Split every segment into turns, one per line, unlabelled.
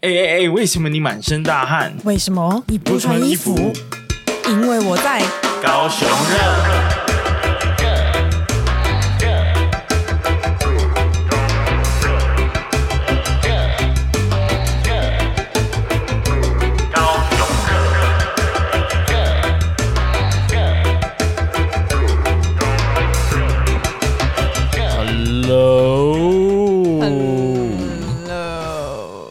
哎哎哎，为什么你满身大汗？
为什么你不穿衣服？
不穿衣
因为我在。
高雄热，Hello，
Hello，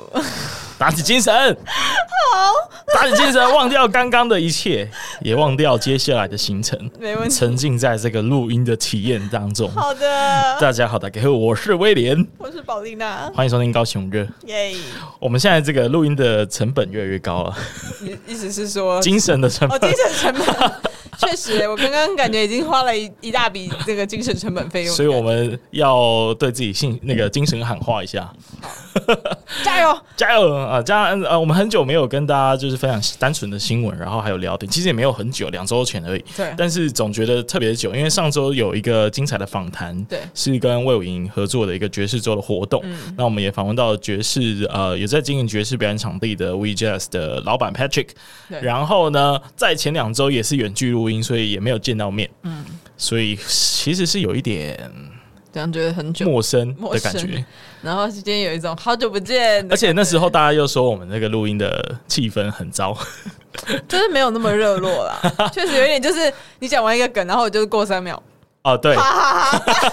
打起精神，好，打起精神，忘掉刚刚的一切，也忘掉接下来的行程，
没问题。
沉浸在这个录音的体验当中。
好的，
大家好，大家好，我是威廉，
我是宝丽娜，
欢迎收听高雄热。
耶！
我们现在这个录音的成本越来越高了，
意意思是说，
精神的成
哦，
本。
精神成本 确实，我刚刚感觉已经花了一一大笔这个精神成本费用，
所以我们要对自己信那个精神喊话一下，
加油！
加油啊！加呃，我们很久没有跟大家就是分享单纯的新闻，然后还有聊天，其实也没有很久，两周前而已。
对
但是总觉得特别久，因为上周有一个精彩的访谈，
对
是跟魏武营合作的一个爵士周的活动。那我们也访问到爵士呃，有在经营爵士表演场地的 We Jazz 的老板 Patrick，
对
然后呢，在前两周也是远距录音，所以也没有见到面。嗯，所以其实是有一点
这样觉得很久，
陌生
陌
的感
生
觉，
然后今天有一种好久不见的
而且那
感觉
时候大家又说我们那个录音的气氛很糟，
就是没有那么热络 啦，确实有一点就是你讲完一个梗，然后我就是过三秒，
哦，对，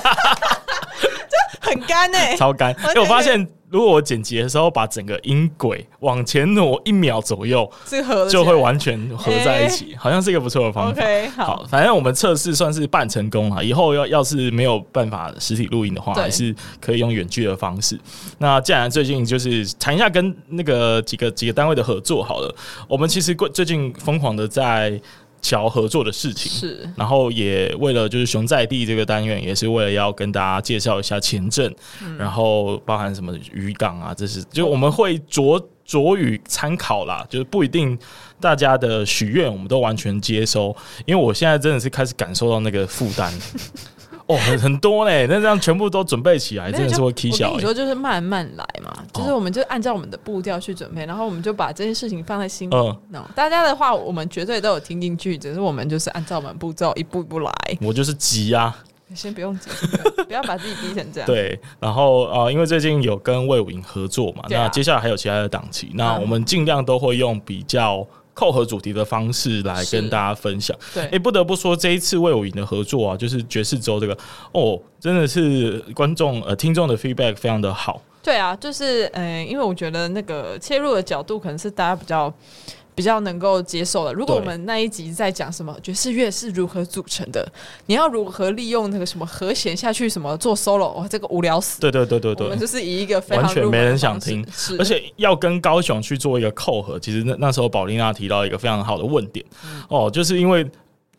很干哎、
超干。因为我发现，如果我剪辑的时候把整个音轨往前挪一秒左右，
这个合得
就
起
会
来哎
完全合在一起，好像是一个不错的方法。
OK 好
好，反正我们测试算是半成功啊了。以后要要是没有办法实体录音的话，
对
还是可以用远距的方式。那既然最近就是谈一下跟那个几个几个单位的合作好了，我们其实过最近疯狂的在瞧合作的事情。
是
然后也为了就是熊在地这个单元，也是为了要跟大家介绍一下前阵，
嗯
然后包含什么渔港啊，这是就我们会着着语参考啦，就是不一定大家的许愿我们都完全接收，因为我现在真的是开始感受到那个负 担。哦，很很多嘞，那这样全部都准备起来，
没
哎真
有
的
就是
会 K
我
小、哦
跟你
欸。
说，就是慢慢来嘛，就是我们就按照我们的步调去准备，然后我们就把这件事情放在心里。
嗯
no，大家的话我们绝对都有听进去，只是我们就是按照我们步骤一步一步来。
我就是急啊，
先不用急，先不用不要把自己逼成这样。，
对，然后呃，因为最近有跟魏武营合作嘛，
对啊
那接下来还有其他的档期，那
嗯
我们尽量都会用比较扣合主题的方式来
是
跟大家分享。
对
哎、不得不说这一次魏武营的合作啊，就是爵士周这个哦，真的是观众呃听众的 feedback 非常的好。
对啊，就是嗯、呃因为我觉得那个切入的角度可能是大家比较。比较能够接受的。如果
对
我们那一集在讲什么爵士乐是如何组成的，你要如何利用那个什么和弦下去什么做 solo，哇，这个无聊死了
对对对对
我
对
们。就是以一个非常
完全
入门
没人
的
想
方式
听
是
而且要跟高雄去做一个扣合，其实那那时候宝丽娜提到一个非常好的问点、
嗯
哦，就是因为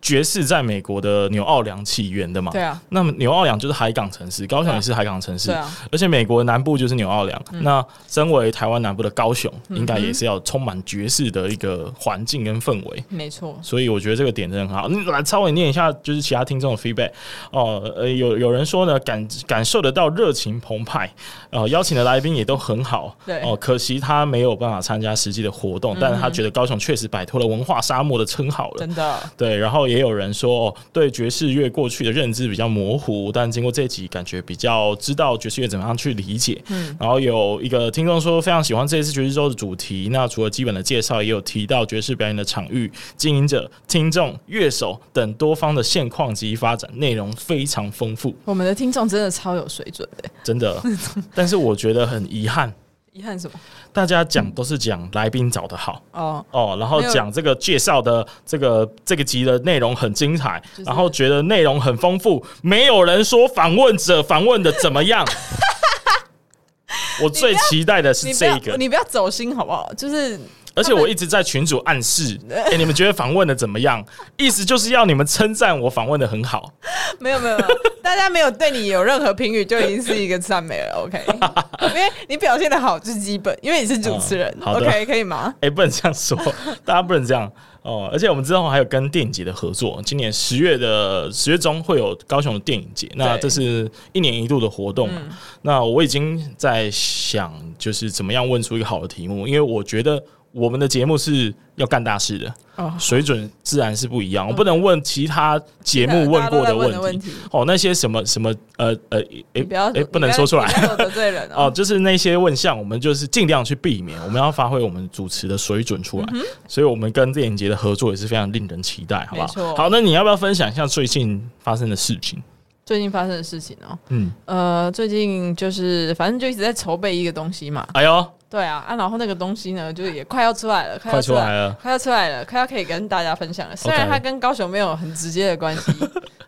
爵士在美国的纽奥良起源的嘛，
对啊，
那么纽奥良就是海港城市，高雄也是海港城市，
对啊，嗯
而且美国南部就是纽奥良。那身为台湾南部的高雄，应该也是要充满爵士的一个环境跟氛围。
没错，
所以我觉得这个点真的很好。你来稍微念一下，就是其他听众的 feedback 哦。呃，有有人说呢，感感受得到热情澎湃，哦，邀请的来宾也都很好。
对嗯
哦，可惜他没有办法参加实际的活动，但是他觉得高雄确实摆脱了文化沙漠的称号了。
真的
对，然后也有人说，哦，对爵士乐过去的认知比较模糊，但经过这一集，感觉比较知道爵士乐怎么样去理解。嗯，然后有一个听众说非常喜欢这一次爵士周的主题。那除了基本的介绍，也有提到爵士表演的场域、经营者、听众、乐手等多方的现况及发展，内容非常丰富，
我们的听众真的超有水准的，
真的。但是我觉得很遗憾，
遗憾什么？
大家讲都是讲来宾找的好。
哦，
哦，然后
没有
讲这个介绍的这个这个集的内容很精彩，
是
然后觉得内容很丰富，没有人说访问者访问的怎么 样。我最期待的是
你不
这
要
一个，
你不要走心好不好？就是
而且我一直在群主暗示，哎、你们觉得访问的怎么样？意思就是要你们称赞我访问的很好。
没有没有，没有大家没有对你有任何评语，就已经是一个赞美了。OK，因为你表现的好这是基本，因为你是主持人、
嗯好的
o k 可以吗？
哎、不能这样说，大家不能这样哦。而且我们之后还有跟电影节的合作，今年十月的十月中会有高雄的电影节，那
对嗯
这是一年一度的活动嘛。那我已经在想，就是怎么样问出一个好的题目，因为我觉得我们的节目是要干大事的，
哦，嗯
水准自然是不一样。我不能问其他节目问过
大家
的
都在问
问题。
题，
哦，那些什么什么呃呃，诶、
你不要
诶、不能说出来，
你不要得罪人
哦，
哦。
就是那些问项，我们就是尽量去避免，我们要发挥我们主持的水准出来。
嗯
所以，我们跟电影节的合作也是非常令人期待，好不
没错
好？好，那你要不要分享一下最近发生的事情？
最近发生的事情哦，
嗯，
呃，最近就是反正就一直在筹备一个东西嘛，
哎呦，
对啊，啊，然后那个东西呢，就是也快要出来 了，快
快
要
出
出来
来。了，
快要出来了，快要可以跟大家分享了。虽然
OK
它跟高雄没有很直接的关 系，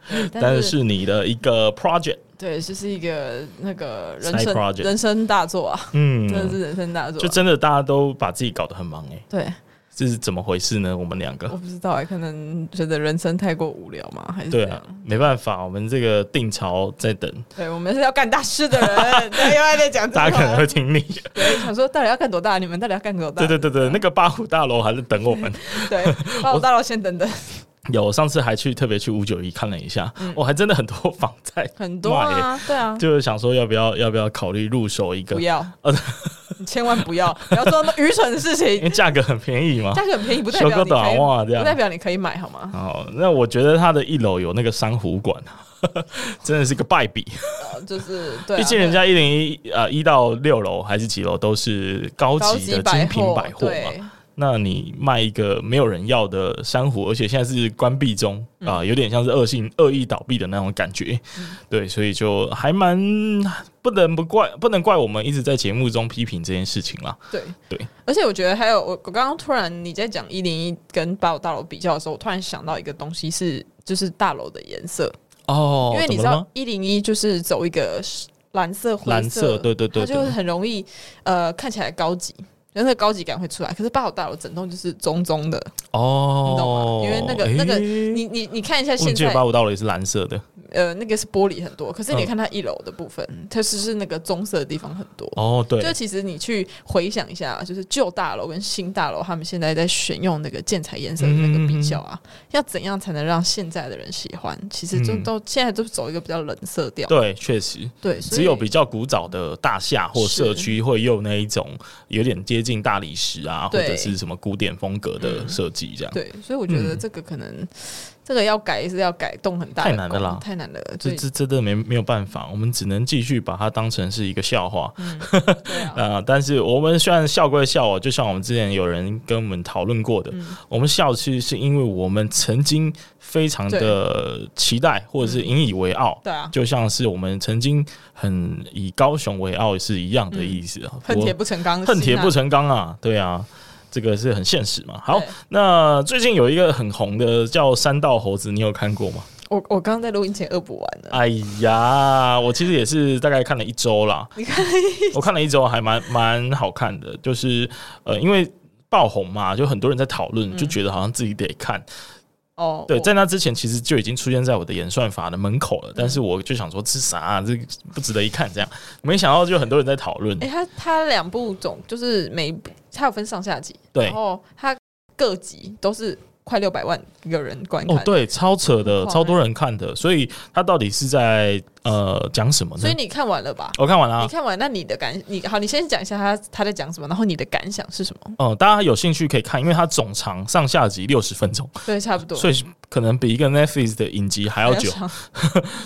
对
但
但
是你的一个 project，
对，就是一个那个
Side
人生
project
人生大作啊，真的
嗯，
是人生大作啊、
就真的大家都把自己搞得很忙哎、
对，
这是怎么回事呢？我们两个
我。不知道哎、可能觉得人生太过无聊嘛，还是
对
怎
啊
样，
没办法，我们这个定潮在等，
对，我们是要干大事的 人，对，又在讲这
大家可能
话，
会听腻。
对， 啊想说到底要干多大？你们到底要干多大？
对对对对，那个八虎大楼还在等我们。
对，那我大佬先等等，
有，上次还去特别去五九一看了一下，我、还真的很多房在，
嗯 很多啊，对啊，
就是想说要不要要不要考虑入手一个呃
不，要，你 千万不要，不要做那么愚蠢的事
因
情
为。价格很便宜嘛
价。格很便宜，不代表
修
你
个
可以，
短袜啊这样
不代表你可以买好吗？
哦，那我觉得它的一楼有那个珊瑚馆，啊 真的是个败笔。
呃就是对啊，
毕竟人家一零一呃一到六楼还是几楼都是高
高
级
级
的精品
货
百货嘛。
对，
那你卖一个没有人要的珊瑚，而且现在是关闭中啊、有点像是恶性恶意倒闭的那种感觉。对，所以就还蛮不能不怪，不能怪我们一直在节目中批评这件事情啦。
对
对，
而且我觉得还有，我我刚刚突然你在讲一零一跟八五大楼比较的时候，我突然想到一个东西是，就是大楼的颜色，
哦
因为你知
怎么了
道
吗
一零一就是走一个蓝色、灰
蓝色对对对
它就
对
很容易呃看起来高级，然后那个高级感会出来。可是八五大楼整栋就是棕棕的，你
哦
懂，吗？因为那个、
诶
那个，你你你看一下
我
现
记得
在
八五道也是蓝色的
呃那个是玻璃很多，可是你
嗯
看它一楼的部分，它是是那个棕色的地方很多。
哦，对
就，其实你去回想一下，啊就是旧大楼跟新大楼，他们现在在选用那个建材颜色的那个比较啊，要怎样才能让现在的人喜欢？其实就
嗯
都、现在都走一个比较冷色调，
对，确实。
对，所以
只有比较古早的大厦或社区会用那一种有点接近大理石啊，或
对
者是什么古典风格的设计这样。
对，所以我觉得这个可能、这个要改是要改动很大的
嗯太难了啦
功太难了，
这
对
这真的没没有办法，我们只能继续把它当成是一个笑话。
对啊，
呃，但是我们虽然笑归笑哦，就像我们之前有人跟我们讨论过的，
嗯
我们笑是是因为我们曾经非常的期待或者是引以为傲，
对啊，
就像是我们曾经很以高雄为傲是一样的意思。啊。
恨铁不成钢的心啊，
恨铁不成钢啊，对啊，这个是很现实嘛。好
对，
那最近有一个很红的叫《三道猴子》，你有看过吗？
我我刚刚在录音前恶补完了，
哎呀，我其实也是大概看了一周 啦，
你看，
我看了一周还蛮蛮好看的，就是呃，因为爆红嘛，就很多人在讨论，就觉得好像自己得看。
嗯哦，
对，
我
在那之前其实就已经出现在我的演算法的门口了，但是我就想说这啥、啊，这不值得一看这样，没想到就很多人在讨论
哎、。他他两部总就是每他有分上下集，
对
然后他各集都是快六百万一个人观看，
哦，，对，超扯的，
很狂
超多人看的，所以他到底是在呃讲什么呢
所以？你看完了吧？
我看完了、
你
啊，
看完，那你的感你好，你先讲一下他他在讲什么，然后你的感想是什么？
哦、大家有兴趣可以看，因为它总长上下集六十分钟，
对，差不多。
所以可能比一个 Netflix 的影集还要久
比。较长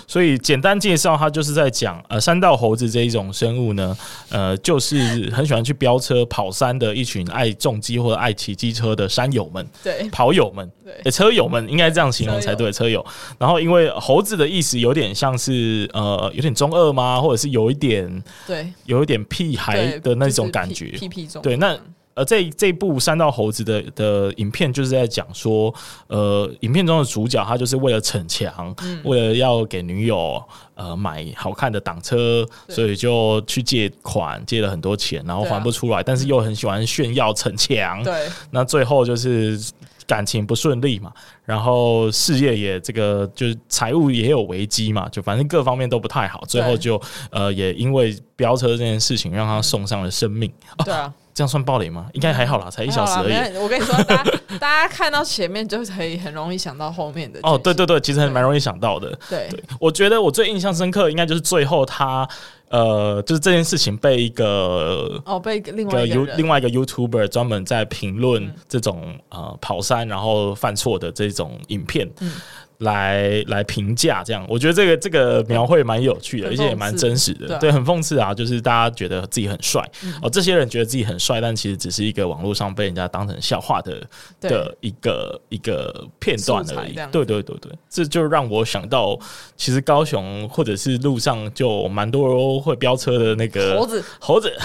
所以简单介绍，它就是在讲呃山道猴子这一种生物呢，呃，就是很喜欢去飙车、跑山的一群爱重机或者爱骑机车的山友们。
对
跑友们，
对
诶车友们应该这样形容才对，车友。然后因为猴子的意思有点像是呃，有点中二吗？或者是有一点
对
有一点屁孩
对
的那
就是
种感
屁
觉。
屁屁中
对，那呃，这这部山道猴子的的影片就是在讲说，呃，影片中的主角他就是为了逞强，
嗯
为了要给女友呃买好看的挡车，
对
所以就去借款，借了很多钱，然后
对啊
还不出来，但是又很喜欢炫耀逞强，
对
那最后就是感情不顺利嘛，然后事业也这个就是财务也有危机嘛，就反正各方面都不太好，最后
对
就呃也因为飙车这件事情让他送上了生命。
对啊，
这样算暴雷吗？应该还好啦，才嗯哦一小时而
没
已。
有嗯啦没有我跟你说，大家 大家看到前面就可以很容易想到后面的剧情。
哦，对对对，其实还
对
蛮容易想到的。
对
对，我觉得我最印象深刻的应该就是最后他呃，就是这件事情被一个
哦，被另
一
外
个
一个
You
人嗯
另外一个 YouTuber 专门在评论这种、呃跑山然后犯错的这种影片，
嗯
来来评价这样，我觉得这个这个描绘蛮有趣的，
很
而且也
讽
蛮
刺
真实的，
对啊嗯
对，很讽刺啊，就是大家觉得自己很帅、哦，这些人觉得自己很帅，但其实只是一个网络上被人家当成笑话的
对
的一个一个片段
素材
而已
这样。子
对对对对，这就让我想到，其实高雄或者是路上就蛮多会飙车的那个
猴子
猴子。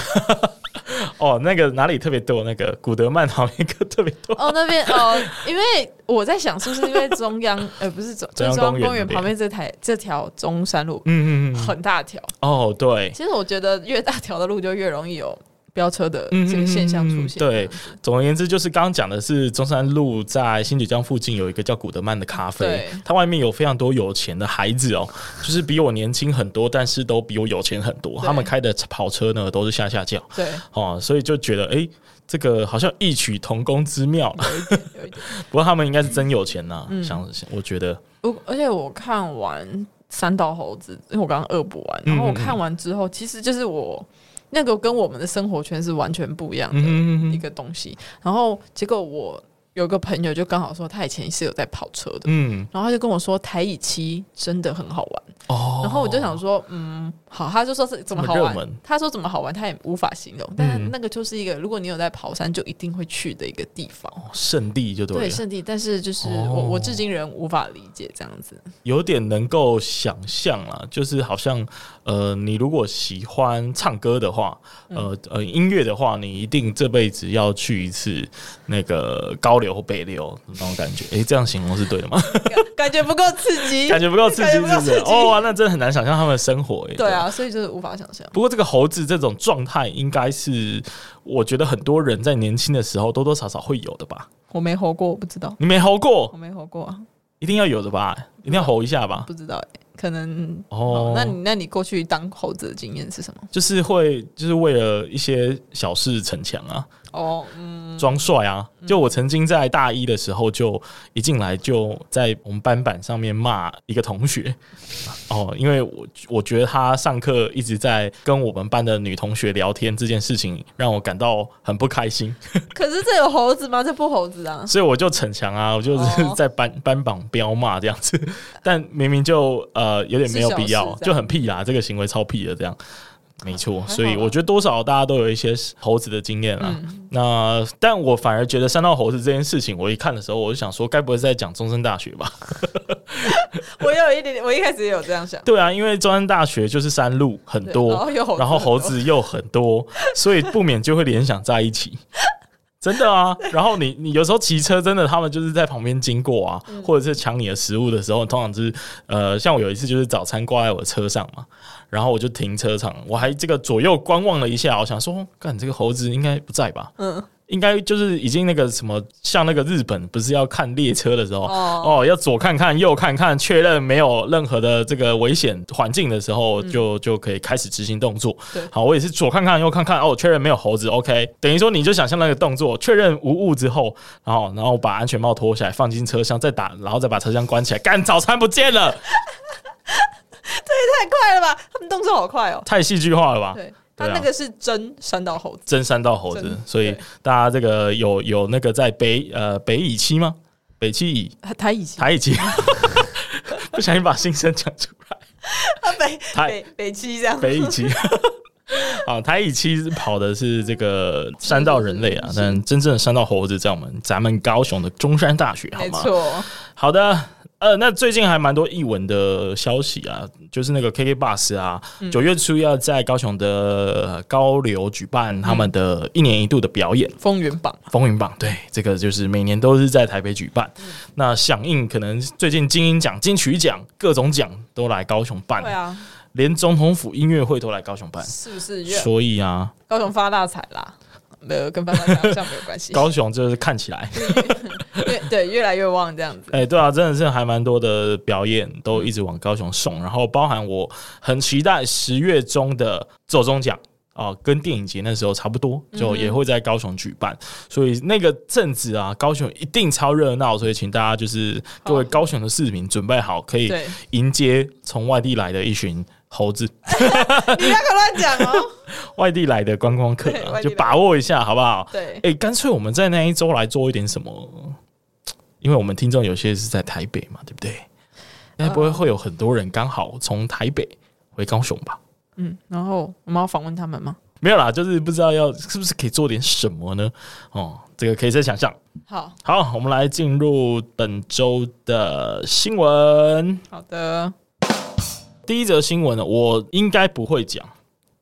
哦，那个哪里特别多？那个古德曼好像一个特别多。
哦，那边哦，因为我在想，是不是因为中 央呃不是中
中央
就是中
公园
央公
那
园
边
旁边这台这条中山路
嗯嗯嗯，
很大条，
哦，对，
其实我觉得越大条的路就越容易有飙车的这个现象
嗯嗯
出现。
嗯嗯对，总而言之，就是刚刚讲的是中山路在新九江附近有一个叫古德曼的咖啡
对，
它外面有非常多有钱的孩子哦，就是比我年轻很多，但是都比我有钱很多。
对
他们开的跑车呢都是下下轿
对，
哦，所以就觉得哎、诶这个好像异曲同工之妙。
有一点有一点。
不过他们应该是真有钱呐、
嗯
想我觉得
我而且我看完《三道猴子》，因为我刚刚恶补完，
嗯嗯
然后我看完之后，其实就是我那个跟我们的生活圈是完全不一样的。
嗯
一个东西。然后结果我有个朋友就刚好说，他以前是有在跑车的，
嗯
然后他就跟我说台乙七真的很好玩。
哦，
然后我就想说，嗯，好，他就说是怎么好
这么
玩
热门，
他说怎么好玩，他也无法形容。但
嗯
那个就是一个，如果你有在跑山，就一定会去的一个地方。
圣地哦就对了，
对圣地，但是就是我、
哦
我至今仍无法理解这样子。
有点能够想象啦，就是好像呃，你如果喜欢唱歌的话，
嗯
呃呃，音乐的话，你一定这辈子要去一次那个高流或北流那种感觉。诶、这样形容是对 的吗？
感感觉不够刺激，
感觉不够刺激，是
感觉
不
不够
是
刺？激
哦，那真的很难想象他们的生活、诶
对。啊，所以就是无法想象。
不过这个猴子这种状态，应该是我觉得很多人在年轻的时候多多少少会有的吧？
我没活过，我不知道，
你没猴过
我，没活过啊，
一定要有的吧？一定要猴一下吧？
不知道、欸，可能
哦
好，那你那你过去当猴子的经验是什么？
就是会就是为了一些小事逞强啊，
哦，嗯，
装帅啊。就我曾经在大一的时候，就一进来就在我们班板上面骂一个同 学，哦，因为我我觉得他上课一直在跟我们班的女同学聊天这件事情，让我感到很不开心，
可是这有猴子吗？这不猴子啊！
所以我就逞强啊，我就是
哦
在班、班榜彪骂这样子， 但明明就呃有点没有必
是
要
小，事这
就
样
很屁啦，这个行为超屁的这样。没错，
还好
所以
啦
我觉得多少大家都有一些猴子的经验啦。
嗯，
那但我反而觉得三道猴子这件事情，我一看的时候，我就想说，该不会是在讲中山大学吧？
我有一点点，我一开始也有这样想，
对啊，因为中山大学就是山路很
对然
多，
后有猴子，
然后猴，子又很多，所以不免就会联想在一起。 真的啊，然后你你有时候骑车，真的他们就是在旁边经过啊，或者是抢你的食物的时候，通常就是呃，像我有一次就是早餐挂在我的车上嘛，然后我就停车场，我还这个左右观望了一下，我想说，干这个猴子应该不在吧？
嗯，
应该就是已经那个什么，像那个日本不是要看列车的时候，
哦，
哦要左看看右看看，确认没有任何的这个危险环境的时候，就就可以开始执行动作
嗯对。
好，我也是左看看右看看，哦，确认没有猴子，OK，等于说你就想象那个动作，确认无误之后，然后然后把安全帽脱下来放进车厢，再打，然后再把车厢关起来，干早餐不见了，
太快了吧！他们动作好快哦。
太戏剧化了吧？
对，
对啊
他那个是真山道猴子，
真三道猴子
真，
所以
对
大家这个有有那个在北呃北乙期吗？北七乙。
台乙七，
台乙期， 不小心把心声讲出来。
啊北
台
北北七这样，
北乙 期，啊，台乙期跑的是这个山道人类啊，
是是
但真正的山道猴子在我们咱们高雄的中山大学，好
没
吗？
错，
好的，呃，那最近还蛮多译文的消息啊，就是那个 KK Bus 啊，
嗯
九、月初要在高雄的高流举办他们的一年一度的表演。
风云榜
风云榜，对，这个就是每年都是在台北举办。
嗯
那响应可能最近金鹰奖、金曲奖各种奖都来高雄办，
对啊，
连总统府音乐会都来高雄办。
是不是越
所以啊，
高雄发大财啦？没有跟翻翻墙好像没有关系，
高雄就是看起来，
越对越来越旺这样子。
哎、对啊，真的是还蛮多的表演都一直往高雄送，然后包含我很期待十月中的走中奖。哦，跟电影节那时候差不多，
嗯
就也会在高雄举办，所以那个阵子啊，高雄一定超热闹，所以请大家就是各位
好
高雄的市民准备好，可以
对，
迎接从外地来的一群猴子，
你不要乱讲哦。
外地来的观光客、
对
啊，
外地
就
来
把握一下，好不好？
对，
哎、干脆我们在那一周来做一点什么，因为我们听众有些是在台北嘛，对不对？该不会会有很多人刚好从台北回高雄吧？
嗯，然后我们要访问他们吗？
没有啦，就是不知道要是不是可以做点什么呢？哦，这个可以再想象。
好
好，我们来进入本周的新闻。
好的，
第一则新闻呢，我应该不会讲，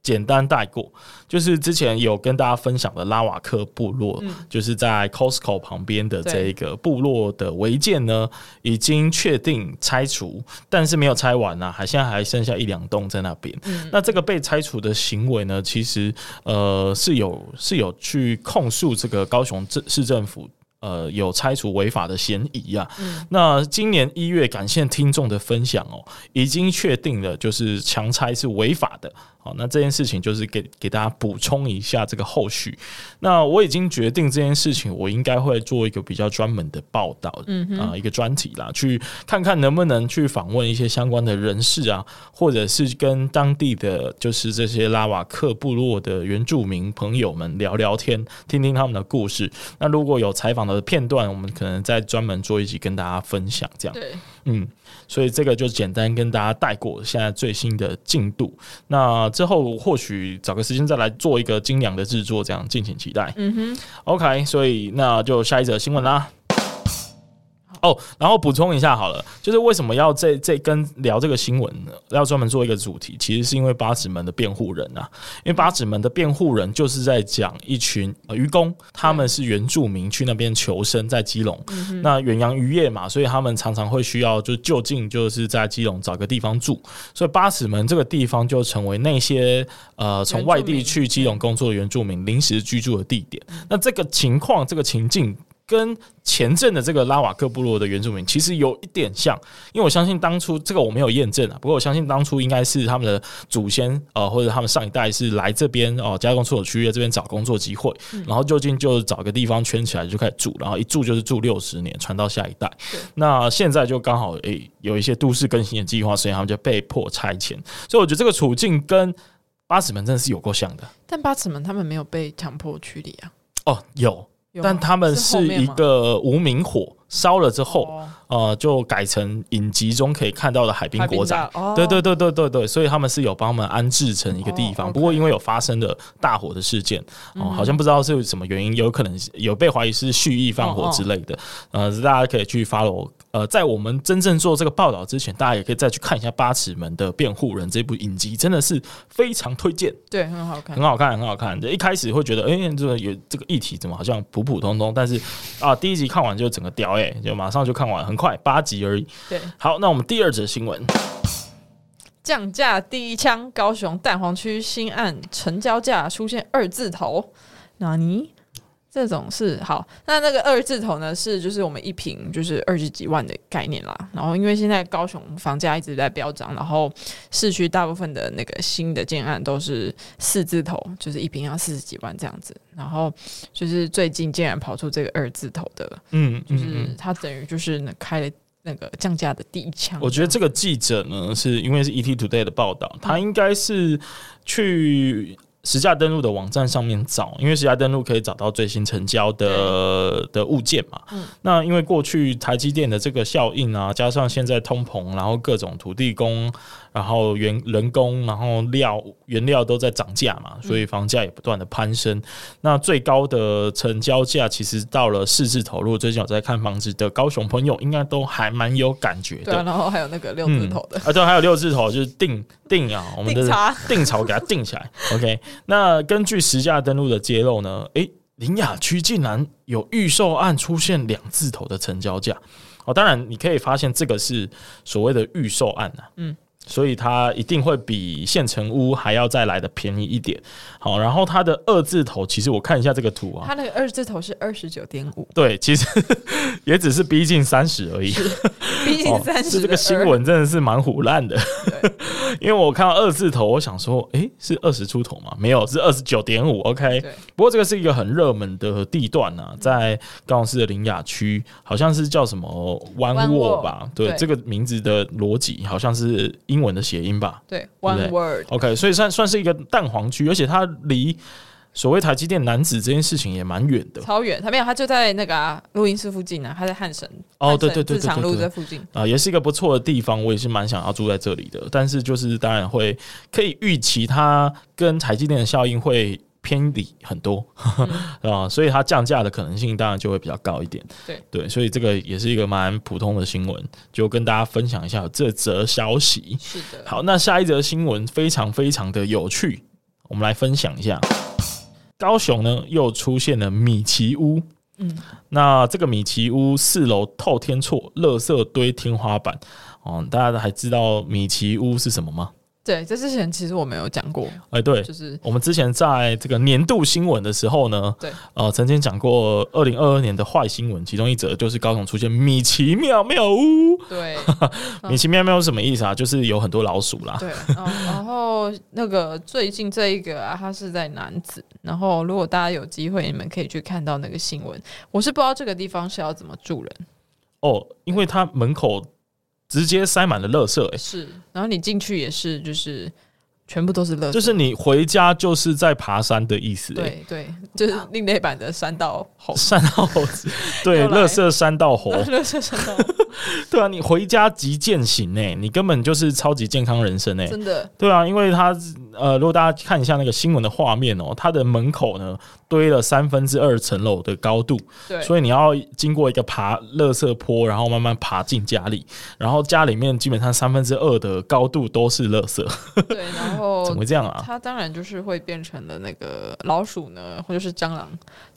简单带过。就是之前有跟大家分享的拉瓦克部落，
嗯
就是在 Costco 旁边的这
对
一个部落的违建呢，已经确定拆除，但是没有拆完啊，还现在还剩下一两栋在那边。
嗯，
那这个被拆除的行为呢，其实呃是有是有去控诉这个高雄市市政府。呃，有拆除违法的嫌疑啊。
嗯
那今年一月，感谢听众的分享哦，已经确定了，就是强拆是违法的。好，那这件事情就是给给大家补充一下这个后续。那我已经决定这件事情，我应该会做一个比较专门的报道，
嗯哼
啊、一个专题啦，去看看能不能去访问一些相关的人士啊，或者是跟当地的就是这些拉瓦克部落的原住民朋友们聊聊天，听听他们的故事。那如果有采访的片段，我们可能再专门做一集跟大家分享这样。
对，
嗯，所以这个就简单跟大家带过现在最新的进度。那之后或许找个时间再来做一个精良的制作，这样敬请期待。
嗯哼，
OK，所以那就下一则新闻啦。哦，然后补充一下好了，就是为什么要这这跟聊这个新闻呢？要专门做一个主题，其实是因为八尺门的辩护人啊，因为八尺门的辩护人就是在讲一群呃渔工，他们是原住民去那边求生，在基隆，那远洋渔业嘛，所以他们常常会需要就就近就是在基隆找个地方住，所以八尺门这个地方就成为那些呃从外地去基隆工作的原住民临时居住的地点。那这个情况，这个情境。跟前阵的这个拉瓦克部落的原住民其实有一点像，因为我相信当初这个我没有验证啊，不过我相信当初应该是他们的祖先呃或者他们上一代是来这边哦、加工出口区域这边找工作机会，
嗯
然后就近就找个地方圈起来就开始住，然后一住就是住六十年，传到下一代
对。
那现在就刚好诶、有一些都市更新的计划，所以他们就被迫拆迁，所以我觉得这个处境跟八尺门真的是有够像的
但八尺门他们没有被强迫驱离啊，
哦，有，
有吗
但他们
是后
是
面
一
吗
个无名火烧了之后，
哦
呃，就改成影集中可以看到的海滨
海
国
炸
展。
哦，
对对对对对对，所以他们是有帮他们安置成一个地
哦
方，
，OK 嗯
不过因为有发生了大火的事件，哦、好像不知道是什么原因，有可能是有被怀疑是蓄意放
哦
火
哦
之类的，呃，大家可以去 follow。呃，在我们真正做这个报道之前，大家也可以再去看一下《八尺门的辩护人》这部影集，真的是非常推荐。
对，很好看
很。好看，很好看。一开始会觉得，哎、这个有这个议题怎么好像普普通通，但是啊，第一集看完就整个屌哎、就马上就看完，很快八集而已。
对，
好，那我们第二则新闻，
降价第一枪，高雄蛋黄区新案成交价出现二字头，哪尼？这种是好，那那个二字头呢，是就是我们一瓶就是二十几万的概念啦。然后因为现在高雄房价一直在飙涨，然后市区大部分的那个新的建案都是四字头，就是一瓶要四十几万这样子。然后就是最近竟然跑出这个二字头的，
嗯
就
嗯
是
嗯。
它等于就是那开了那个降价的第一枪。
我觉得这个记者呢，是因为是 ET Today 的报道，他应该是去实价登录的网站上面找，因为实价登录可以找到最新成交的的物件嘛。
嗯
那因为过去台积电的这个效应啊，加上现在通膨，然后各种土地公然后原人工，然后料原料都在涨价
嗯
嘛，所以房价也不断的攀升。那最高的成交价其实到了四字头，如果最近有在看房子的高雄朋友，应该都还蛮有感觉
对啊，
的。
然后还有那个六字
嗯
头的，，
啊对，还有六字头就是定定啊，我们的
定差
定潮给它定起来。OK，那根据实价登录的揭露呢，诶、林雅区竟然有预售案出现两字头的成交价。哦，当然你可以发现这个是所谓的预售案啊，
嗯，
所以它一定会比现成屋还要再来的便宜一点。好，然后它的二字头，其实我看一下这个图啊，
它那个二字头是二十九点 五，
对，其实也只是逼近三十而已。
毕
哦
竟三
是
十
这个新闻真的是蛮胡烂的， 因为我看到二字头，我想说，诶、是二十出头吗？没有，是二十九点五。OK，
对嗯
不过这个是一个很热门的地段啊，在高雄市的林雅区，好像是叫什么弯
弯
沃
沃
吧？对，
对
这个名字的逻辑好像是英文的谐音吧
对
对
，one
不
word，
？OK，所以算算是一个蛋黄区，而且它离所谓台积电男子这件事情也蛮远的
超远，他没有，他就在那个啊录、音室附近啊，他在汉神
哦。
汉
对
神
对对
自
对
强
对
路
对
这，附近，
啊、也是一个不错的地方，我也是蛮想要住在这里的。但是就是当然会可以预期它跟台积电的效应会偏离很多 啊、所以它降价的可能性当然就会比较高一点。
对
对，所以这个也是一个蛮普通的新闻，就跟大家分享一下这则消息。
是的。
好，那下一则新闻非常非常的有趣，我们来分享一下。高雄呢又出现了米奇屋，
嗯，
那这个米奇屋四楼透天错，垃圾堆天花板。哦，大家还知道米奇屋是什么吗？
对，这之前其实我没有讲过，
哎、对，
就是
我们之前在这个年度新闻的时候呢，
对，
呃，曾经讲过二零二二年的坏新闻，其中一则就是高雄出现米奇妙妙屋。
对嗯
米奇妙妙屋是什么意思啊？就是有很多老鼠啦。
对、哦，然后那个最近这一个啊，它是在南子，然后如果大家有机会，你们可以去看到那个新闻。我是不知道这个地方是要怎么住人，
哦，因为它门口直接塞满了垃圾、欸，
是，然后你进去也是，就是全部都是乐，
就是你回家就是在爬山的意思、欸。，
对对，就是另类版的山道猴
山 道猴子，对，
又来
乐色山道猴，
乐色山道 猴，
对啊，你回家极健行哎、你根本就是超级健康人生哎、
真的
对啊，因为它呃，如果大家看一下那个新闻的画面哦、它的门口呢堆了三分之二层楼的高度，
对，
所以你要经过一个爬乐色坡，然后慢慢爬进家里，然后家里面基本上三分之二的高度都是乐色，
对，然
怎
后
么。会这样啊？
它当然就是会变成了那个老鼠呢，或者是蟑螂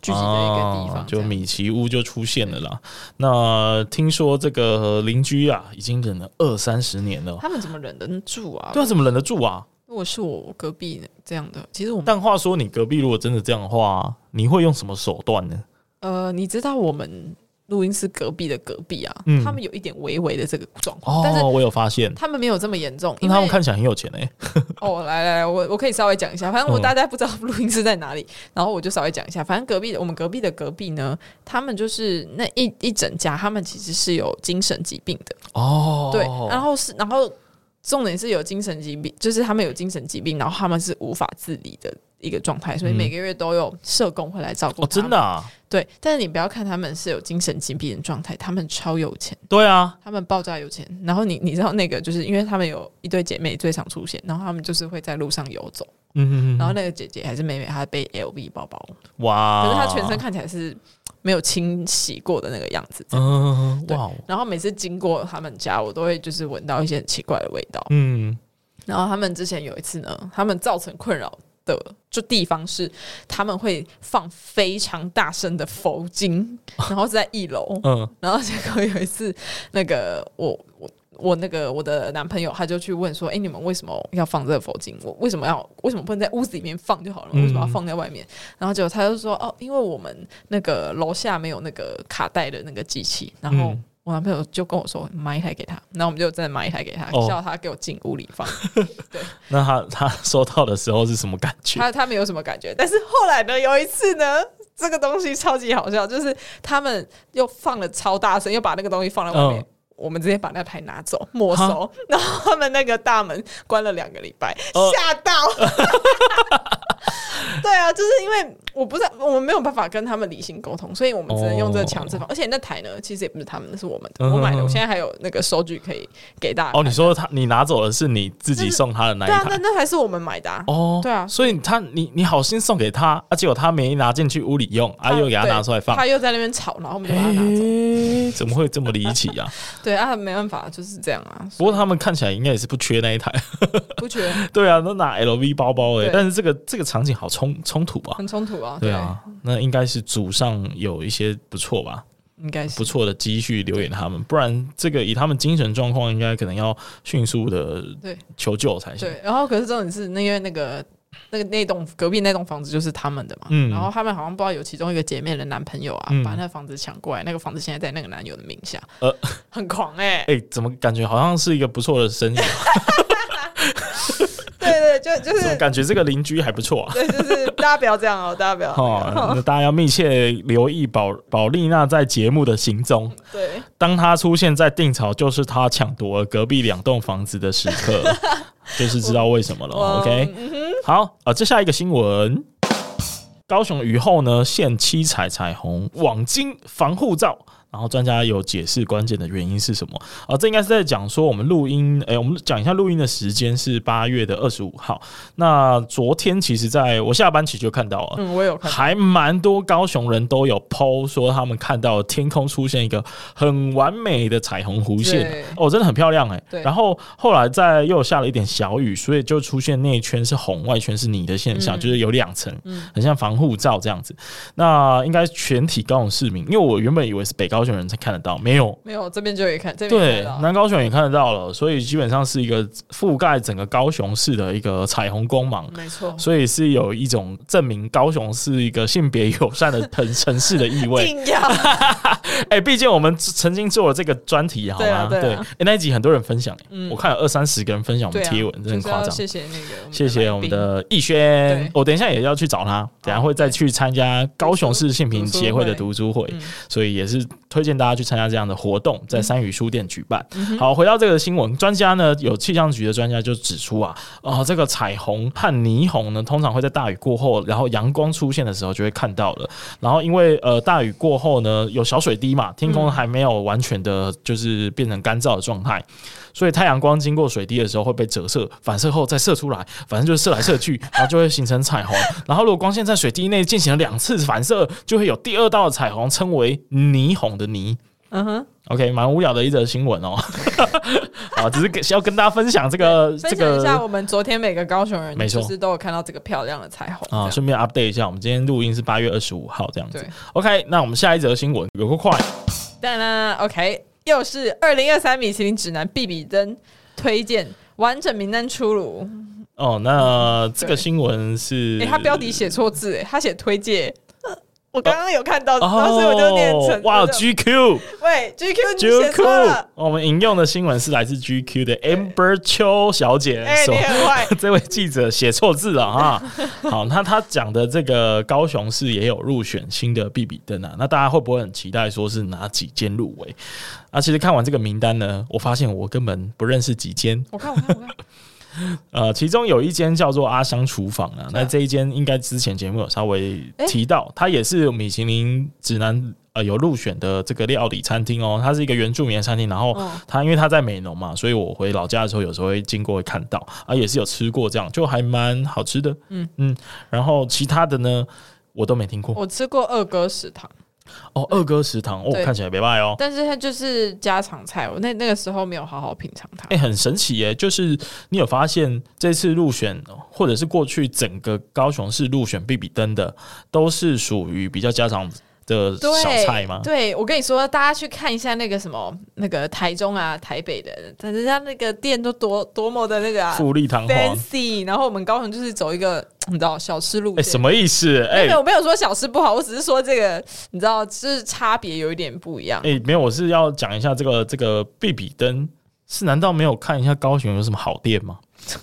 聚集的一个地方这
哦就
样、
米奇屋就出现了啦。那听说这个邻居啊，已经忍了二三十年了，
他们怎么忍得住啊？
对啊，怎么忍得住啊？
如果是我隔壁这样的，其实我们
但话说，你隔壁如果真的这样的话，你会用什么手段呢？
呃，你知道我们录音室隔壁的隔壁啊，
嗯
他们有一点微微的这个状况，但是
哦，我有发现，
他们没有这么严重，因
那他
为
们看起来很有钱哎、
哦，来来来，我我可以稍微讲一下，反正我
嗯
大家不知道录音室在哪里，然后我就稍微讲一下，反正隔壁的我们隔壁的隔壁呢，他们就是那一一整家，他们其实是有精神疾病的，
哦，
对，然后是然后重点是有精神疾病，就是他们有精神疾病，然后他们是无法自理的一个状态，所以
嗯
每个月都有社工会来照顾、
哦，真的、啊，
对，但是你不要看他们是有精神疾病的状态，他们超有钱，
对啊，
他们爆炸有钱。然后你你知道那个，就是因为他们有一对姐妹最常出现，然后他们就是会在路上游走，
嗯嗯
然后
嗯，哦
那个姐姐还是妹妹，她背 LV 包包，
哇，
可是她全身，看起来是没有清洗过的那个样子。
嗯，
对
哇哦，
然后每次经过他们家，我都会就是闻到一些很奇怪的味道。
嗯，
然后他们之前有一次呢，他们造成困扰的就地方是他们会放非常大声的佛经，然后是在一楼，
嗯，
然后结果有一次，那个我我我那个我的男朋友他就去问说：“哎、你们为什么要放这个佛经？我为什么要为什么不能在屋子里面放就好了？
嗯
为什么要放在外面？”然后结果他就说：“哦，因为我们那个楼下没有那个卡带的那个机器。”然后
嗯
我男朋友就跟我说：“买一台给他。”然后我们就真的买一台给他，
哦
叫他给我进屋里放。
那他他收到的时候是什么感觉？
他他没有什么感觉，但是后来呢，有一次呢，这个东西超级好笑，就是他们又放了超大声，又把那个东西放在外面。
嗯
我们直接把那台拿走没收，然后他们那个大门关了两个礼拜，
哦
吓、到。 对啊，就是因为我不是我们没有办法跟他们理性沟通，所以我们只能用这个强制方。而且那台呢，其实也不是他们的，是我们的，
哦嗯
我买的，我现在还有那个收据可以给大家看。
哦，你说他你拿走的是你自己
就是
送他的那一
对啊，那
台。
那台是我们买的、啊。
哦，
对啊
所以他你你好心送给他，啊，结果他没拿进去屋里用，啊，又给他
对
拿出来放，
他又在那边吵，然后我们就把他拿走。
哦
诶怎么会这么离奇啊？
对啊，没办法，就是这样啊。
不过他们看起来应该也是不缺那一台，
不觉得
对啊，都拿 LV 包包诶、
对
但是这个这个场景好冲冲突吧？
很冲突啊？
对啊，那应该是祖上有一些不错吧？
应该是
不错的积蓄留给他们，不然这个以他们精神状况，应该可能要迅速的
对
求救才行。
对。然后可是重点是，那因为那个那个那栋隔壁那栋房子就是他们的嘛，
嗯
然后他们好像不知道有其中一个姐妹的男朋友啊，
嗯
把那房子抢过来，那个房子现在在那个男友的名下，
呃
很狂哎、
哎、怎么感觉好像是一个不错的生意？啊
对对，就就
怎么
是
感觉这个邻居还不错啊？
对，就是大家不要这样哦，大家 不要
哦， 那大家要密切留意保保利娜在节目的行踪。
对
当她出现在定朝，就是她抢夺了隔壁两栋房子的时 刻，就是知道为什么了。
哇
OK，
嗯哼
好啊，呃这下一个新闻。高雄雨后呢，现七彩彩虹网金防护罩，然后专家有解释关键的原因是什么啊、这应该是在讲说我们录音，诶、我们讲一下录音的时间是八月的二十五号。那昨天其实在我下班其实就看到了，
嗯，我有看到，
还蛮多高雄人都有 PO 说他们看到天空出现一个很完美的彩虹弧
对
线，哦，真的很漂亮哎、
对
然后后来再又下了一点小雨，所以就出现内圈是红，外圈是泥的现象，
嗯
就是有两层，
嗯
很像防护罩这样子。那应该全体高雄市民，因为我原本以为是北高雄人才看得到，没有。
没有这边就可以看，这边也
对
看到，
南高雄也看得到了，所以基本上是一个覆盖整个高雄市的一个彩虹光芒。
没错，
所以是有一种证明高雄是一个性别友善的城 城市的意味。
硬要
哎、毕竟我们曾经做了这个专题，好吗？
对啊对啊
哎那一集很多人分享、
嗯
我看有二三十个人分享我
对
们
啊，
贴文，真
就
的
是
夸
要
张。
谢谢那个
谢谢我们
来宾
的逸
对
轩，我等一下也要去找他，等一下会再去参加高雄市性平协会的
读
读书会
嗯，
所以也是推荐大家去参加这样的活动，在三语书店举办。
嗯
好，回到这个新闻，专家呢有气象局的专家就指出啊，哦，这个彩虹和霓虹呢，通常会在大雨过后，然后阳光出现的时候就会看到了。然后因为呃大雨过后呢，有小水滴嘛，天
嗯
空还没有完全的就是变成干燥的状态，所以太阳光经过水滴的时候会被折射，反射后再射出来，反正就是射来射去，然后就会形成彩虹。然后如果光线在水滴内进行了两次反射，就会有第二道的彩虹，称为霓虹的霓。
嗯哼，
OK，蛮无聊的一则新闻 哦，啊，只是跟要跟大家分享这个这
分享一下
个
我们昨天每个高雄人
没错
就是都有看到这个漂亮的彩虹
啊，
这样
顺便 update 一下，我们今天录音是八月二十五号这样子
对。，
OK，那我们下一则新闻有个快，
当然 OK，又是二零二三米其林指南必比登推荐完整名单出炉。
哦，那这个
对
新闻是，
哎，他标题写错字，哎，他写推荐。我刚刚有看到，
哦，
然后所以我就念成
哇
我就
，GQ
喂 GQ 你写错
GQ，
了，
我们引用的新闻是来自 GQ 的 Amber 秋小姐
哎，
所
你很坏，
这位记者写错字了哈。 好，那他讲的这个高雄市也有入选新的必比登啊，那大家会不会很期待说是哪几间入围？啊，其实看完这个名单呢，我发现我根本不认识几间，
我看我看我看，
呃，其中有一间叫做阿香厨房啊，那这一间应该之前节目有稍微提到，它也是米其林指南呃有入选的这个料理餐厅哦，它是一个原住民的餐厅，然后
嗯
它因为它在美浓嘛，所以我回老家的时候有时候会经过会看到啊，也是有吃过这样，就还蛮好吃的，
嗯
嗯嗯，然后其他的呢我都没听过
我吃过二哥食堂，
哦，二哥食堂哦
对
看起来没败哦。
但是它就是家常菜，我那那个时候没有好好品尝它
哎、。很神奇耶、就是你有发现这次入选，或者是过去整个高雄市入选必比登的，都是属于比较家常的
对
小菜吗？
对，我跟你说，大家去看一下那个什么，那个台中啊、台北的，但人家那个店都多多么的那个啊
富丽堂皇，哎、
fancy，然后我们高雄就是走一个你知道小吃路线。
什么意思？哎、
没有，我没有说小吃不好，我只是说这个，你知道，就是差别有一点不一样。
哎、没有，我是要讲一下这个这个必比登是难道没有看一下高雄有什么好店吗？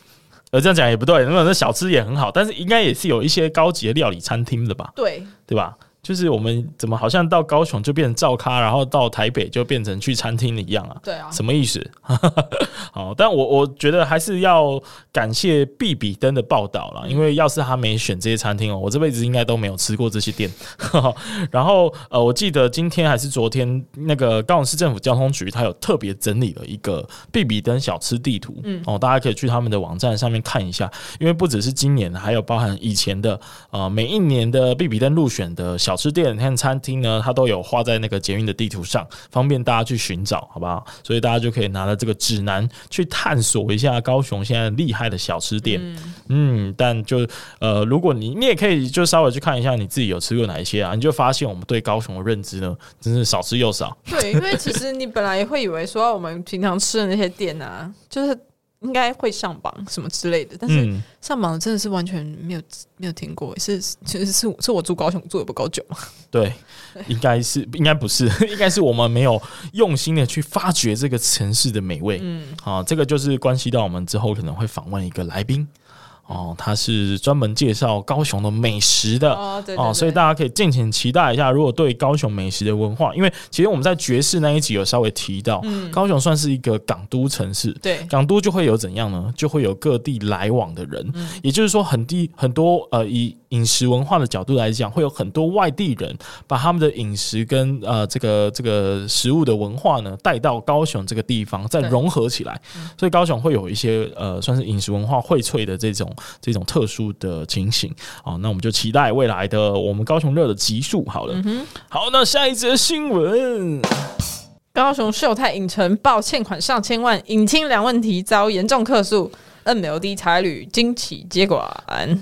呃，这样讲也不对，那那小吃也很好，但是应该也是有一些高级的料理餐厅的吧，
对，
对吧？就是我们怎么好像到高雄就变成照咖，然后到台北就变成去餐厅一样啊？
对啊，
什么意思？ 好，但我我觉得还是要感谢毕比登的报道
嗯
啦，因为要是他没选这些餐厅哦、我这辈子应该都没有吃过这些店。 然后呃，我记得今天还是昨天，那个高雄市政府交通局它有特别整理了一个毕比登小吃地图，
嗯
哦，大家可以去他们的网站上面看一下，因为不只是今年，还有包含以前的呃每一年的毕比登入选的小吃店和餐厅呢，它都有画在那个捷运的地图上，方便大家去寻找，好不好？所以大家就可以拿着这个指南去探索一下高雄现在厉害的小吃店。嗯但就呃，如果你你也可以就稍微去看一下你自己有吃过哪一些啊，你就发现我们对高雄的认知呢，真是少之又少。
对，因为其实你本来也会以为说我们平常吃的那些店啊，就是应该会上榜什么之类的，但是
嗯，
上榜的真的是完全没有没有听过，是其实是是我住高雄住的不够久嘛，
对，应该是应该不是， 应该是我们没有用心的去发掘这个城市的美味。
嗯，
啊，这个就是关系到我们之后可能会访问一个来宾哦，他是专门介绍高雄的美食的。
哦对
哦，所以大家可以敬请期待一下。如果对高雄美食的文化，因为其实我们在爵士那一集有稍微提到，
嗯
高雄算是一个港都城市，
对
港都就会有怎样呢？就会有各地来往的人，
嗯
也就是说很地很多呃，以饮食文化的角度来讲，会有很多外地人把他们的饮食跟呃这个这个食物的文化呢带到高雄这个地方，再
对嗯
融合起来，所以高雄会有一些呃算是饮食文化荟萃的这种这种特殊的情形哦。那我们就期待未来的我们高雄热的集数好
嗯
了。好，那下一则新闻。
高雄秀泰影城爆欠款上千万，影厅两问题遭严重客诉，MLD 才旅经起接管。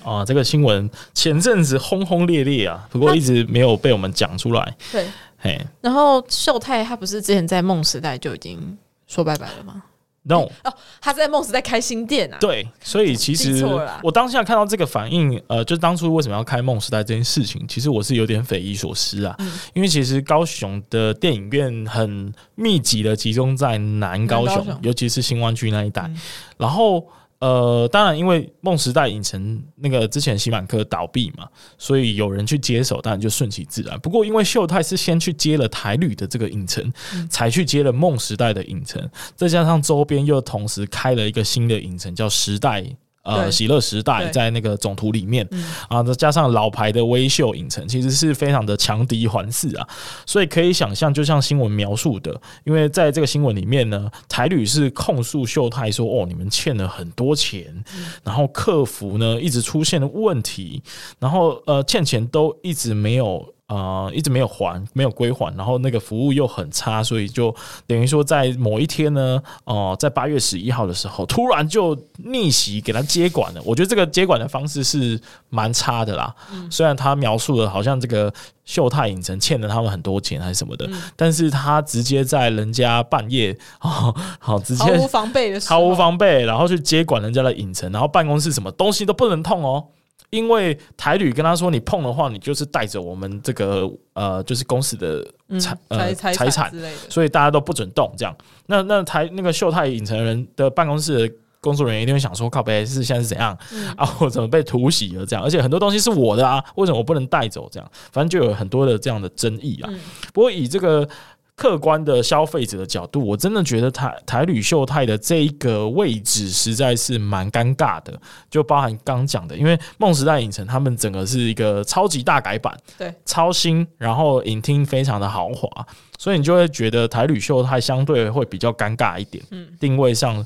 啊，这个新闻前阵子轰轰烈烈啊，不过一直没有被我们讲出来。
对，
嘿
然后秀泰他不是之前在梦时代就已经说拜拜了吗？
，no，
哦，他在梦时代开新店啊。
对，所以其
记
实
错了啊
我当下看到这个反应，呃，就当初为什么要开梦时代这件事情，其实我是有点匪夷所思啊，
嗯
因为其实高雄的电影院很密集的集中在南高雄，
南高雄嗯
尤其是新湾区那一带，然后。呃，当然，因为梦时代影城那个之前喜满科倒闭嘛，所以有人去接手，当然就顺其自然。不过，因为秀泰是先去接了台旅的这个影城，才去接了梦时代的影城，再加上周边又同时开了一个新的影城，叫时代。呃，
对
喜乐时代
对嗯
在那个总图里面啊，再加上老牌的微秀影城，其实是非常的强敌环视啊，所以可以想象，就像新闻描述的，因为在这个新闻里面呢，台旅是控诉秀泰说，哦，你们欠了很多钱，
嗯
然后客服呢一直出现了问题，然后呃欠钱都一直没有。呃，一直没有还，没有归还，然后那个服务又很差，所以就等于说在某一天呢，哦、在八月十一号的时候，突然就逆袭给他接管了。我觉得这个接管的方式是蛮差的啦。虽然他描述的好像这个秀泰影城欠了他们很多钱还是什么的，但是他直接在人家半夜哦，好直接
毫无防备的时
毫
候，
无防备，然后去接管人家的影城，然后办公室什么东西都不能碰哦。因为台旅跟他说，你碰的话，你就是带着我们这个呃，就是公司的
嗯
财、
财
呃财
产
产，
之类的。
所以大家都不准动。这样，那那台那个秀泰影城的人的办公室的工作人员一定会想说，靠北是现在是怎样、
嗯
啊？ 我怎么被突袭了？这样，而且很多东西是我的啊，为什么我不能带走？这样，反正就有很多的这样的争议啊。
嗯
不过以这个。客观的消费者的角度，我真的觉得台台旅秀泰的这一个位置实在是蛮尴尬的，就包含刚讲的，因为梦时代影城他们整个是一个超级大改版，
对，
超新，然后影厅非常的豪华，所以你就会觉得台旅秀它相对会比较尴尬一点，
嗯
定位上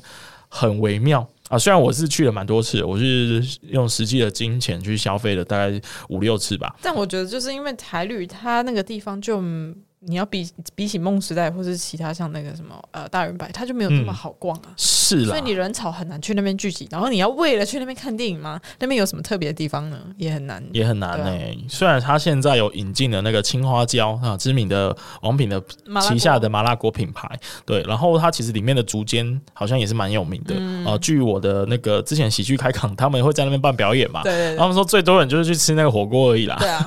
很微妙啊。虽然我是去了蛮多次的，我是用实际的金钱去消费了大概五六次吧，
但我觉得就是因为台旅它那个地方就，嗯你要比比起梦时代或是其他像那个什么呃大圆柏，它就没有那么
嗯
好逛啊。
是
所
啦
以，你人潮很难去那边聚集，然后你要为了去那边看电影吗？那边有什么特别的地方呢？也很难。
也很难
对
呢、
啊
虽然它现在有引进了那个青花椒啊，知名的王品的
麻辣锅
旗下的麻辣锅品牌，对，然后它其实里面的竹间好像也是蛮有名的啊、
嗯
呃据我的那个之前喜剧开港，他们会在那边办表演嘛，
对对
他
对
们说最多人就是去吃那个火锅而已啦。
对啊，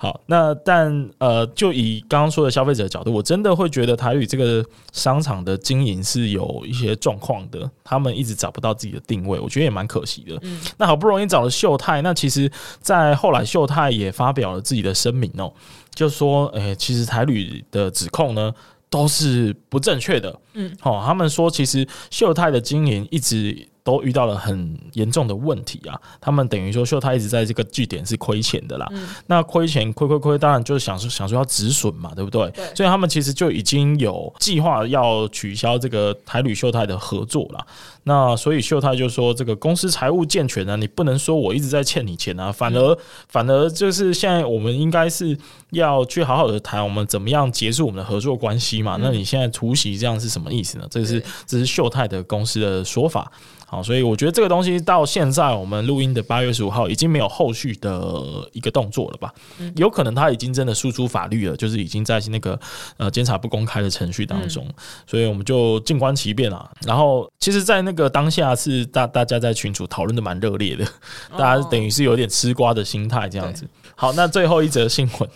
好，那但呃，就以刚刚说的消费者的角度，我真的会觉得台语这个商场的经营是有一些状况的，他们一直找不到自己的定位，我觉得也蛮可惜的。
嗯
那好不容易找了秀泰，那其实，在后来秀泰也发表了自己的声明哦，就说，诶、其实台旅的指控呢。都是不正确的，
嗯，
哦，他们说其实秀泰的经营一直都遇到了很严重的问题啊，他们等于说秀泰一直在这个据点是亏钱的啦，那亏钱亏亏亏，当然就是想说想说要止损嘛，对不对？
对
所以他们其实就已经有计划要取消这个台旅秀泰的合作了。那所以秀泰就说，这个公司财务健全呢、你不能说我一直在欠你钱啊，反而、反而就是现在我们应该是要去好好的谈我们怎么样结束我们的合作关系嘛。那你现在突袭这样是什么意思呢？这是
对
这是秀泰的公司的说法。好，所以我觉得这个东西到现在我们录音的八月十五号已经没有后续的一个动作了吧？有可能他已经真的输出法律了，就是已经在那个呃监察不公开的程序当中，所以我们就静观其变啊。然后其实，在那个当下是大大家在群组讨论的蛮热烈的，大家等于是有点吃瓜的心态这样子。好，那最后一则新闻，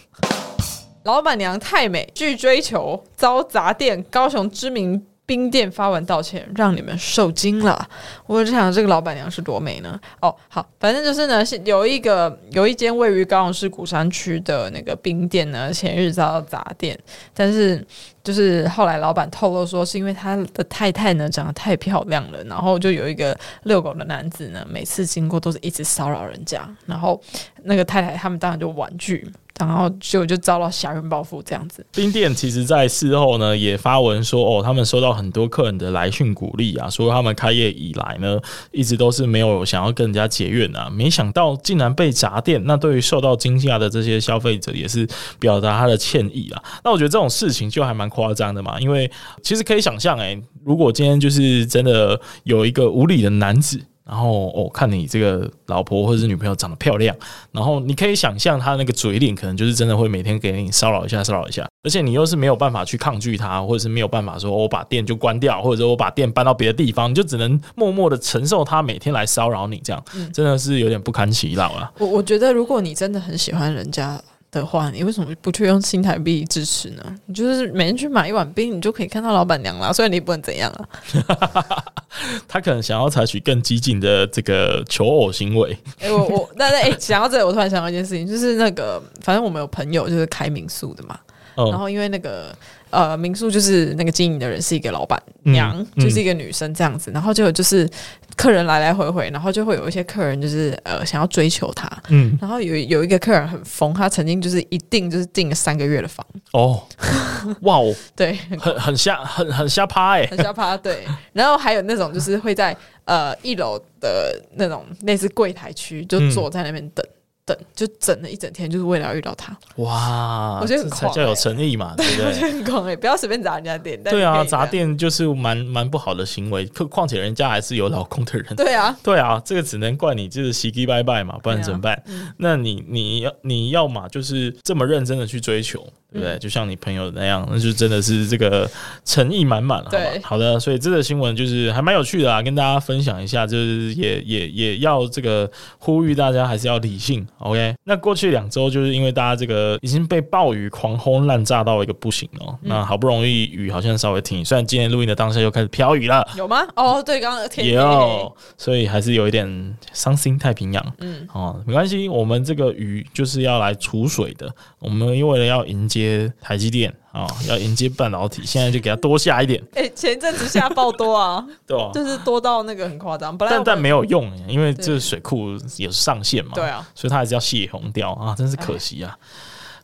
老板娘太美拒追求遭砸店，高雄知名冰店发文道歉，让你们受惊了。我就想这个老板娘是多美呢？哦，好，反正就是呢，是有一个有一间位于高雄市鼓山区的那个冰店呢，前日遭到砸店，但是就是后来老板透露说，是因为他的太太呢长得太漂亮了，然后就有一个遛狗的男子呢，每次经过都是一直骚扰人家，然后那个太太他们当然就婉拒，然后就就遭到杀人报复这样子。
冰店其实在事后呢也发文说，哦，他们收到很多客人的来讯鼓励啊，说他们开业以来呢一直都是没有想要跟人家结怨啊，没想到竟然被砸店。那对于受到惊吓的这些消费者，也是表达他的歉意啊。那我觉得这种事情就还蛮夸张的嘛，因为其实可以想象，哎，如果今天就是真的有一个无理的男子。然后哦，看你这个老婆或者是女朋友长得漂亮，然后你可以想象他那个嘴脸，可能就是真的会每天给你骚扰一下，骚扰一下，而且你又是没有办法去抗拒他，或者是没有办法说、哦我把店就关掉，或者说我把店搬到别的地方，你就只能默默的承受他每天来骚扰你，这样、
嗯
真的是有点不堪其扰啊啦。
我我觉得，如果你真的很喜欢人家的话，你为什么不去用新台币支持呢？你就是每天去买一碗冰，你就可以看到老板娘啦。虽然你不能怎样啊，
他可能想要采取更激进的这个求偶行为，
哎、我我但是哎、讲到这里，我突然想到一件事情，就是那个，反正我们有朋友就是开民宿的嘛，然
嗯，
后因为那个呃民宿就是那个经营的人是一个老板娘，
嗯
就是一个女生这样子，然后就就是客人来来回回，然后就会有一些客人就是呃想要追求她，
嗯，
然后有有一个客人很疯，他曾经就是一订就是订了三个月的房，
哦，哇哦，
对，
很很瞎，很很瞎趴哎、
很吓趴，对。然后还有那种就是会在呃一楼的那种类似柜台区，就
嗯
坐在那边等。等就整了一整天，就是为了要遇到他，
哇，
我觉得很
这才
狂
叫有
欸
诚意嘛，对 不对？
很狂哎、不要随便砸人家店。但
对
你
啊，
可以这
砸
样，
店就是蛮蛮不好的行为，况况且人家还是有老公的人。
对啊，
对啊，这个只能怪你就是洗鸡拜拜嘛，不然
对啊
怎么办？那你你要你要嘛就是这么认真的去追求，对不
嗯
对？就像你朋友那样，那就真的是这个诚意满满。好吧
对
好的，所以这个新闻就是还蛮有趣的啊，跟大家分享一下，就是也也也要这个呼吁大家还是要理性。OK，那过去两周就是因为大家这个已经被暴雨狂轰滥炸到一个不行哦，
嗯
那好不容易雨好像稍微停，虽然今天录音的当下又开始飘雨了。
有吗？哦，对，刚刚天黑
有，所以还是有一点伤心太平洋。
嗯
嗯，哦，没关系，我们这个鱼就是要来储水的。我们因为了要迎接台积电啊、哦，要迎接半导体，现在就给它多下一点，
哎、前一阵子下暴 多啊，
对吧、
就是多到那个很夸张。本来
但
我
但没有用，因为
对
这水库有上限嘛。
对啊，
所以它还是要泄洪掉啊，真是可惜啊。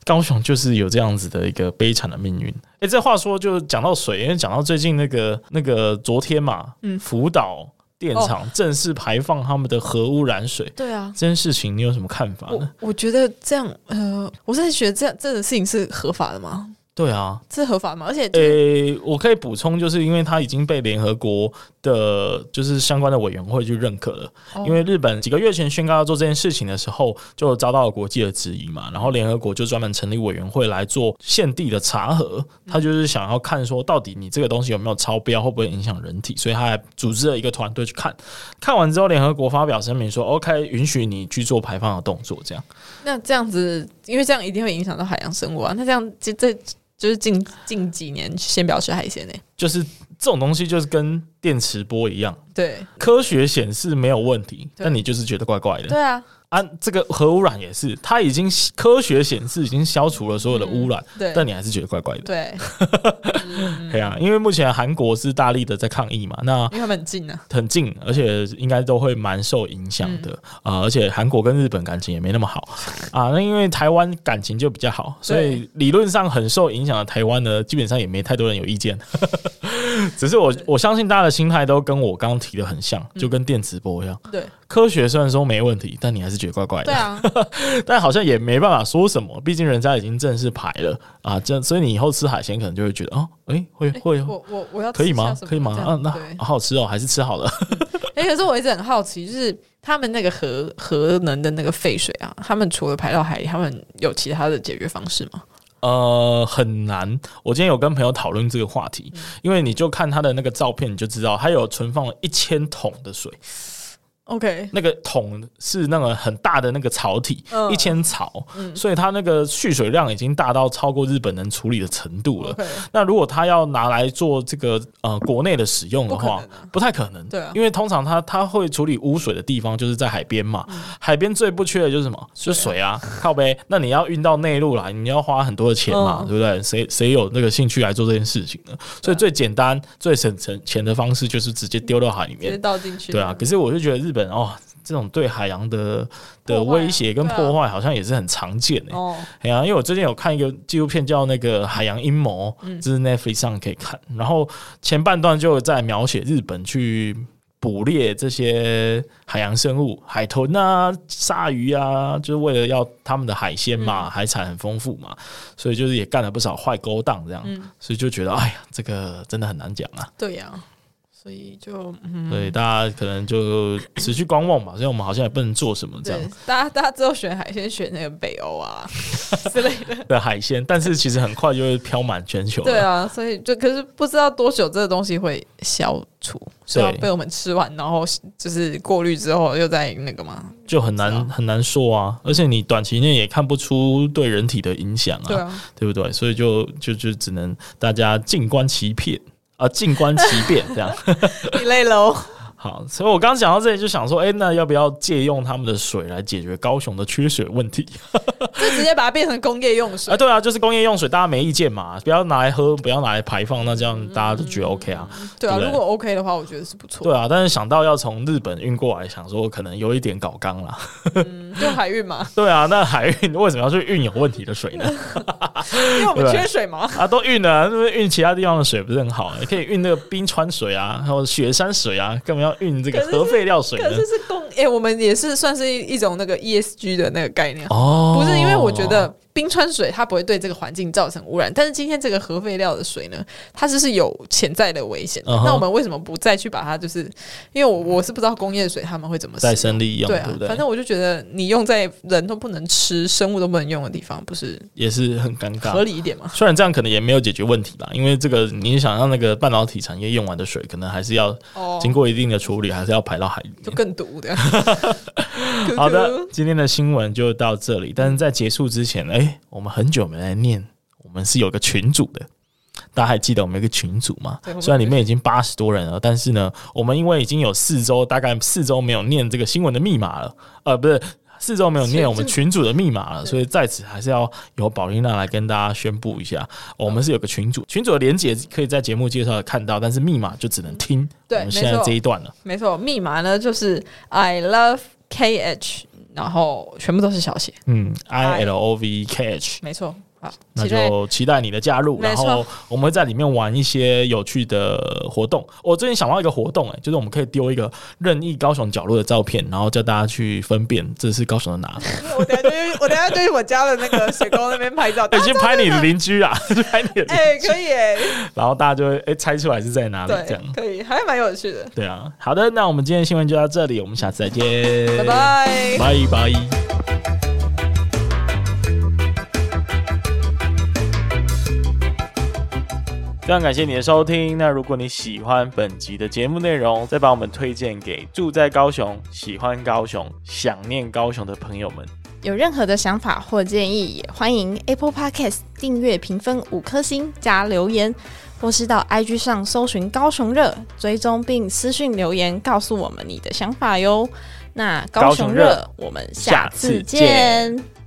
高雄就是有这样子的一个悲惨的命运。哎、这话说就讲到水，因为讲到最近那个那个昨天嘛，
嗯哦
福岛电厂正式排放他们的核污染水、
对啊，
这件事情，你有什么看法
我
呢？
我觉得这样，呃，我是在觉得这样这个事情是合法的吗？
对啊，
这是合法的吗？而且、
呃、我可以补充，就是因为它已经被联合国的，就是相关的委员会去认可了。
哦
因为日本几个月前宣告要做这件事情的时候，就遭到了国际的质疑嘛，然后联合国就专门成立委员会来做现地的查核，
嗯
他就是想要看说到底你这个东西有没有超标，会不会影响人体，所以他还组织了一个团队去看。看完之后，联合国发表声明说，OK，允许你去做排放的动作，这样。
那这样子，因为这样一定会影响到海洋生物啊。那这样这这就是近近几年先不要吃海鲜欸呢、
就是这种东西，就是跟电磁波一样，
对
科学显示没有问题，
对
但你就是觉得怪怪的。
对啊，
啊，这个核污染也是，它已经科学显示已经消除了所有的污染，
嗯对嗯
但你还是觉得怪怪的。
对，
对啊，因为目前韩国是大力的在抗议嘛，那
因为他们很近啊。
很近，而且应该都会蛮受影响的
嗯
啊、而且韩国跟日本感情也没那么 好啊，那因为台湾感情就比较好，所以理论上很受影响的台湾呢，基本上也没太多人有意见。 只是我我相信大家的心态都跟我刚刚提的很像，
嗯
就跟电磁波一样。
对
科学虽然说没问题，但你还是觉得怪怪
对
的，
啊，
但好像也没办法说什么，毕竟人家已经正式排了啊。这所以你以后吃海鲜可能就会觉得哦，诶，会
诶
会
我我我要
可以
吃下
吗？
什么
可以吗？
这样
啊，那
对
好好吃哦，还是吃好了。
哎、可是我一直很好奇，就是他们那个核核能的那个废水啊，他们除了排到海里，他们有其他的解决方式吗？
呃，很难。我今天有跟朋友讨论这个话题，
嗯
因为你就看他的那个照片，你就知道他有存放了一千桶的水。
OK，
那个桶是那个很大的那个槽体，
嗯
一千槽，所以它那个蓄水量已经大到超过日本能处理的程度了。
OK
那如果它要拿来做这个呃国内的使用的
不可
话
能啊，
不太可能，
对啊
因为通常它它会处理污水的地方就是在海边嘛，
嗯
海边最不缺的就是什么？就是水啊，靠呗。那你要运到内陆来，你要花很多的钱嘛，
嗯啊
对不对？谁谁有那个兴趣来做这件事情呢？所以最简单、最省钱钱的方式就是直接丢到海里
直
面
接，倒进去。
对啊，可是我就觉得日本哦，这种对海洋的的
破坏啊
威胁跟
对啊
破坏好像也是很常见诶、
哦，
哎呀、因为我最近有看一个纪录片叫那个《海洋阴谋》，
嗯
这是 Netflix 上可以看。然后前半段就在描写日本去捕猎这些海洋生物，海豚啊、鲨鱼啊，就是为了要他们的海鲜
嗯
嘛，海产很丰富嘛，所以就是也干了不少坏勾当这样。
嗯
所以就觉得，哎呀，这个真的很难讲啊。
对呀、所以就嗯，
对，大家可能就持续观望吧。所以我们好像也不能做什么这
对
样，
大家大家之后选海鲜选那个北 欧啊之类的，
的海鲜，但是其实很快就会飘满全球了。
对啊，所以就可是不知道多久这个东西会消除，是要
对
被我们吃完，然后就是过滤之后又再那个嘛，
就很难很难说啊。而且你短期内也看不出对人体的影响
对
啊，
啊，
对不对？所以就就就只能大家静观其变啊，静观其变这样。
你累了 哦，
好，所以我刚讲到这里就想说，哎、那要不要借用他们的水来解决高雄的缺水问题？
就直接把它变成工业用水
啊，。对啊，就是工业用水，大家没意见嘛，不要拿来喝，不要拿来排放，那这样大家就觉得 OK 啊。
对啊，
对不对
如果 OK 的话，我觉得是不错。
对啊，但是想到要从日本运过来，想说可能有一点搞纲啦。
嗯就海运嘛，
对啊，那海运为什么要去运有问题的水呢？
因为我们
对
缺水嘛。
啊，都运了，是不是运其他地方的水不是很好、可以运那个冰川水啊， 还有雪山水啊，干嘛要运这个
可是是
核废料水
可
呢
是？是共哎、我们也是算是一一种那个 ESG 的那个概念，
哦
不是因为我觉得冰川水它不会对这个环境造成污染，但是今天这个核废料的水呢，它就是有潜在的危险的。
嗯哼
那我们为什么不再去把它就是？因为我我是不知道工业水他们会怎么使
再
用
生利用，
对
对,、
啊，
不对
反？正我就觉得你用在人都不能吃、生物都不能用的地方，不是
也是很尴
合
尬。
理一点吗？
虽然这样可能也没有解决问题啦，因为这个你想让那个半导体产业用完的水，可能还是要
哦，
经过一定的处理，还是要排到海里面
就。更毒的。
好的
咕咕，，
今天的新闻就到这里。但是在结束之前，哎、我们很久没来念，我们是有个群组的。大家还记得我们有个群组吗
对我？们
虽然里面已经八十多人了，但是呢，我们因为已经有四周，大概四周没有念这个新闻的密码了，呃，不是四周没有
群
念
组
我们群组的密码了，所以在此还是要由宝丽娜来跟大家宣布一下，我们是有个群组，群组的连接可以在节目介绍的看到，但是密码就只能听
对
我们
没
现在
错
这一段了。
没错，密码呢就是 I love KH，然后全部都是小写，
嗯，I L O V K H。
没错。好，
那
期 待
就期待你的加入，
没
然
错
后我们会在里面玩一些有趣的活动。我最近想到一个活动、欸，就是我们可以丢一个任意高雄角落的照片，然后叫大家去分辨这是高雄的 哪。哎
我等下就去，我等下就去我家的那个水沟那边拍照。
欸去拍你的邻居啊， 去拍你的邻，
哎、可以哎、
然后大家就会哎、欸猜出来是在哪里这
对，
样。
可以，还蛮有趣的。
对啊，好的，那我们今天的新闻就到这里，我们下次再见，
拜，拜。
拜拜。非常感谢你的收听。那如果你喜欢本集的节目内容，再把我们推荐给住在高雄、喜欢高雄、想念高雄的朋友们。
有任何的想法或建议，也欢迎 Apple Podcast 订阅、评分五颗星加留言，或是到 IG 上搜寻“高雄热”，追踪并私讯留言告诉我们你的想法哟。那高
高雄
雄
热
热，我们下
下次
次
见
见